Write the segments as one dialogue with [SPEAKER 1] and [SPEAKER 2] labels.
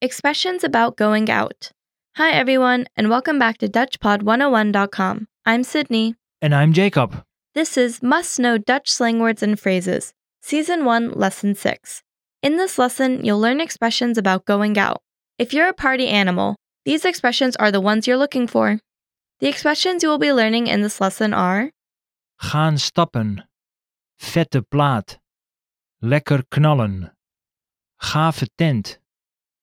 [SPEAKER 1] Expressions about going out. Hi, everyone, and welcome back to DutchPod101.com. I'm Sydney.
[SPEAKER 2] And I'm Jacob.
[SPEAKER 1] This is Must Know Dutch Slang Words and Phrases, Season 1, Lesson 6. In this lesson, you'll learn expressions about going out. If you're a party animal, these expressions are the ones you're looking for. The expressions you will be learning in this lesson are
[SPEAKER 2] Gaan stappen. Vette plaat. Lekker knallen. Gave tent.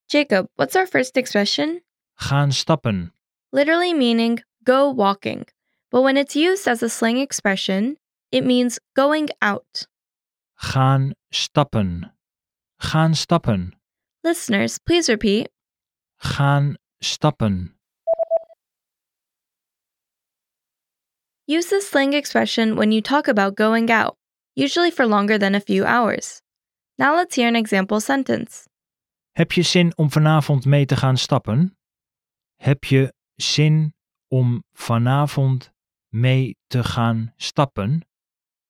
[SPEAKER 1] Jacob, what's our first expression?
[SPEAKER 2] Gaan stappen.
[SPEAKER 1] literally meaning go walking. But when it's used as a slang expression, it means going out.
[SPEAKER 2] Gaan stappen. Gaan stappen.
[SPEAKER 1] Listeners, please repeat.
[SPEAKER 2] Gaan stappen.
[SPEAKER 1] Use this slang expression when you talk about going out, usually for longer than a few hours. Now let's hear an example sentence.
[SPEAKER 2] Heb je zin om vanavond mee te gaan stappen? Heb je zin om vanavond mee te gaan stappen?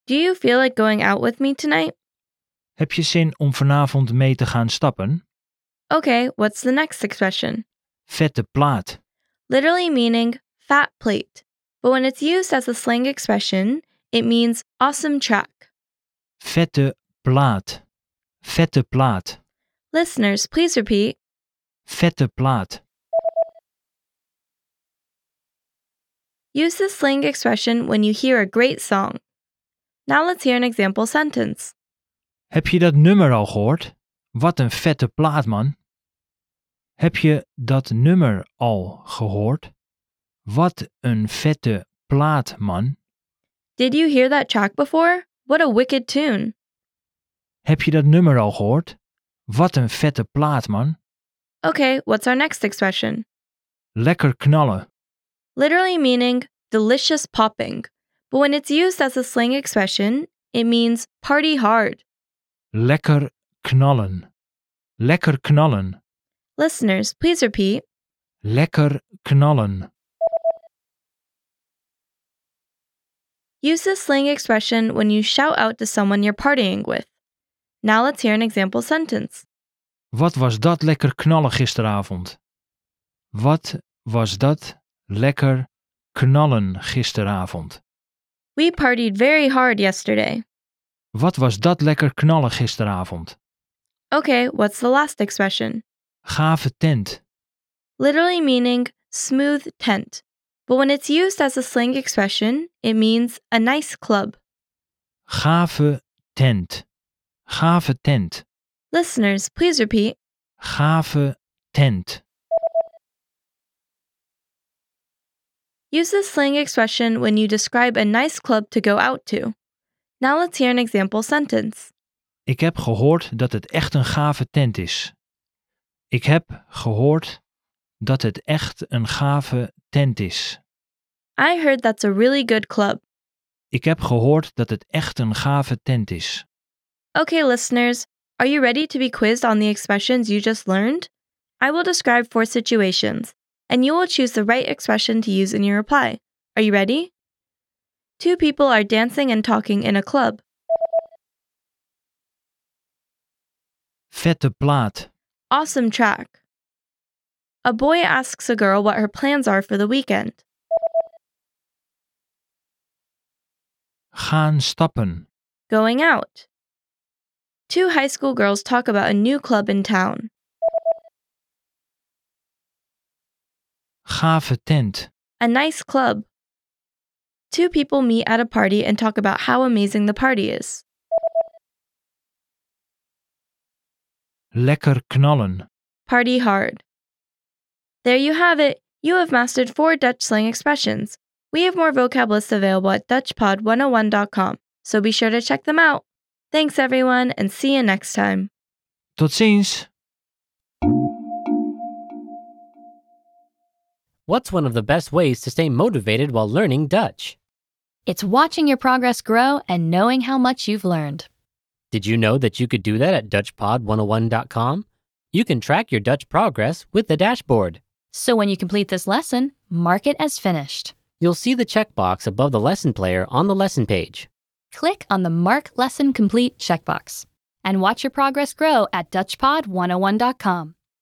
[SPEAKER 1] Do you feel like going out with me tonight?
[SPEAKER 2] Heb je zin om vanavond mee te gaan stappen?
[SPEAKER 1] Okay, what's the next expression?
[SPEAKER 2] Vette plaat.
[SPEAKER 1] Literally meaning fat plate. But when it's used as a slang expression, it means awesome track.
[SPEAKER 2] Vette plaat. Vette plaat.
[SPEAKER 1] Listeners, please repeat.
[SPEAKER 2] Vette plaat.
[SPEAKER 1] Use this slang expression when you hear a great song. Now let's hear an example sentence.
[SPEAKER 2] Heb je dat nummer al gehoord? Wat een vette plaat, man. Heb je dat nummer al gehoord? Wat een vette plaat, man.
[SPEAKER 1] Did you hear that track before? What a wicked tune!
[SPEAKER 2] Heb je dat nummer al gehoord? Wat een vette plaat, man.
[SPEAKER 1] Okay, what's our next expression?
[SPEAKER 2] Lekker knallen.
[SPEAKER 1] Literally meaning delicious popping, but when it's used as a slang expression, it means party hard.
[SPEAKER 2] Lekker knallen. Lekker knallen.
[SPEAKER 1] Listeners, please repeat.
[SPEAKER 2] Lekker knallen.
[SPEAKER 1] Use this slang expression when you shout out to someone you're partying with. Now let's hear an example sentence.
[SPEAKER 2] Wat was dat lekker knallen gisteravond? Wat was dat lekker knallen gisteravond?
[SPEAKER 1] We partied very hard yesterday.
[SPEAKER 2] Wat was dat lekker knallen gisteravond?
[SPEAKER 1] Okay, what's the last expression?
[SPEAKER 2] Gave tent.
[SPEAKER 1] literally meaning smooth tent. But when it's used as a slang expression, it means a nice club.
[SPEAKER 2] Gave tent. Gave tent.
[SPEAKER 1] Listeners, please repeat.
[SPEAKER 2] Gave tent.
[SPEAKER 1] Use this slang expression when you describe a nice club to go out to. Now let's hear an example sentence.
[SPEAKER 2] Ik heb gehoord dat het echt een gave tent is. Ik heb gehoord dat het echt een gave tent is.
[SPEAKER 1] I heard that's a really good club.
[SPEAKER 2] Ik heb gehoord dat het echt een gave tent is.
[SPEAKER 1] Okay, listeners, are you ready to be quizzed on the expressions you just learned? I will describe four situations, and you will choose the right expression to use in your reply. Are you ready? Two people are dancing and talking in a club.
[SPEAKER 2] Vette plaat.
[SPEAKER 1] Awesome track. A boy asks a girl what her plans are for the weekend.
[SPEAKER 2] Gaan stappen.
[SPEAKER 1] Going out. Two high school girls talk about a new club in town.
[SPEAKER 2] Gave tent.
[SPEAKER 1] A nice club. Two people meet at a party and talk about how amazing the party is.
[SPEAKER 2] Lekker knallen.
[SPEAKER 1] Party hard. There you have it. You have mastered four Dutch slang expressions. We have more vocab lists available at DutchPod101.com, so be sure to check them out. Thanks, everyone, and see you next time.
[SPEAKER 2] Tot ziens.
[SPEAKER 3] What's one of the best ways to stay motivated while learning Dutch?
[SPEAKER 4] It's watching your progress grow and knowing how much you've learned.
[SPEAKER 3] Did you know that you could do that at DutchPod101.com? You can track your Dutch progress with the dashboard.
[SPEAKER 4] So when you complete this lesson, mark it as finished.
[SPEAKER 3] You'll see the checkbox above the lesson player on the lesson page.
[SPEAKER 4] Click on the oh Mark Lesson Complete checkbox and watch your progress grow at DutchPod101.com.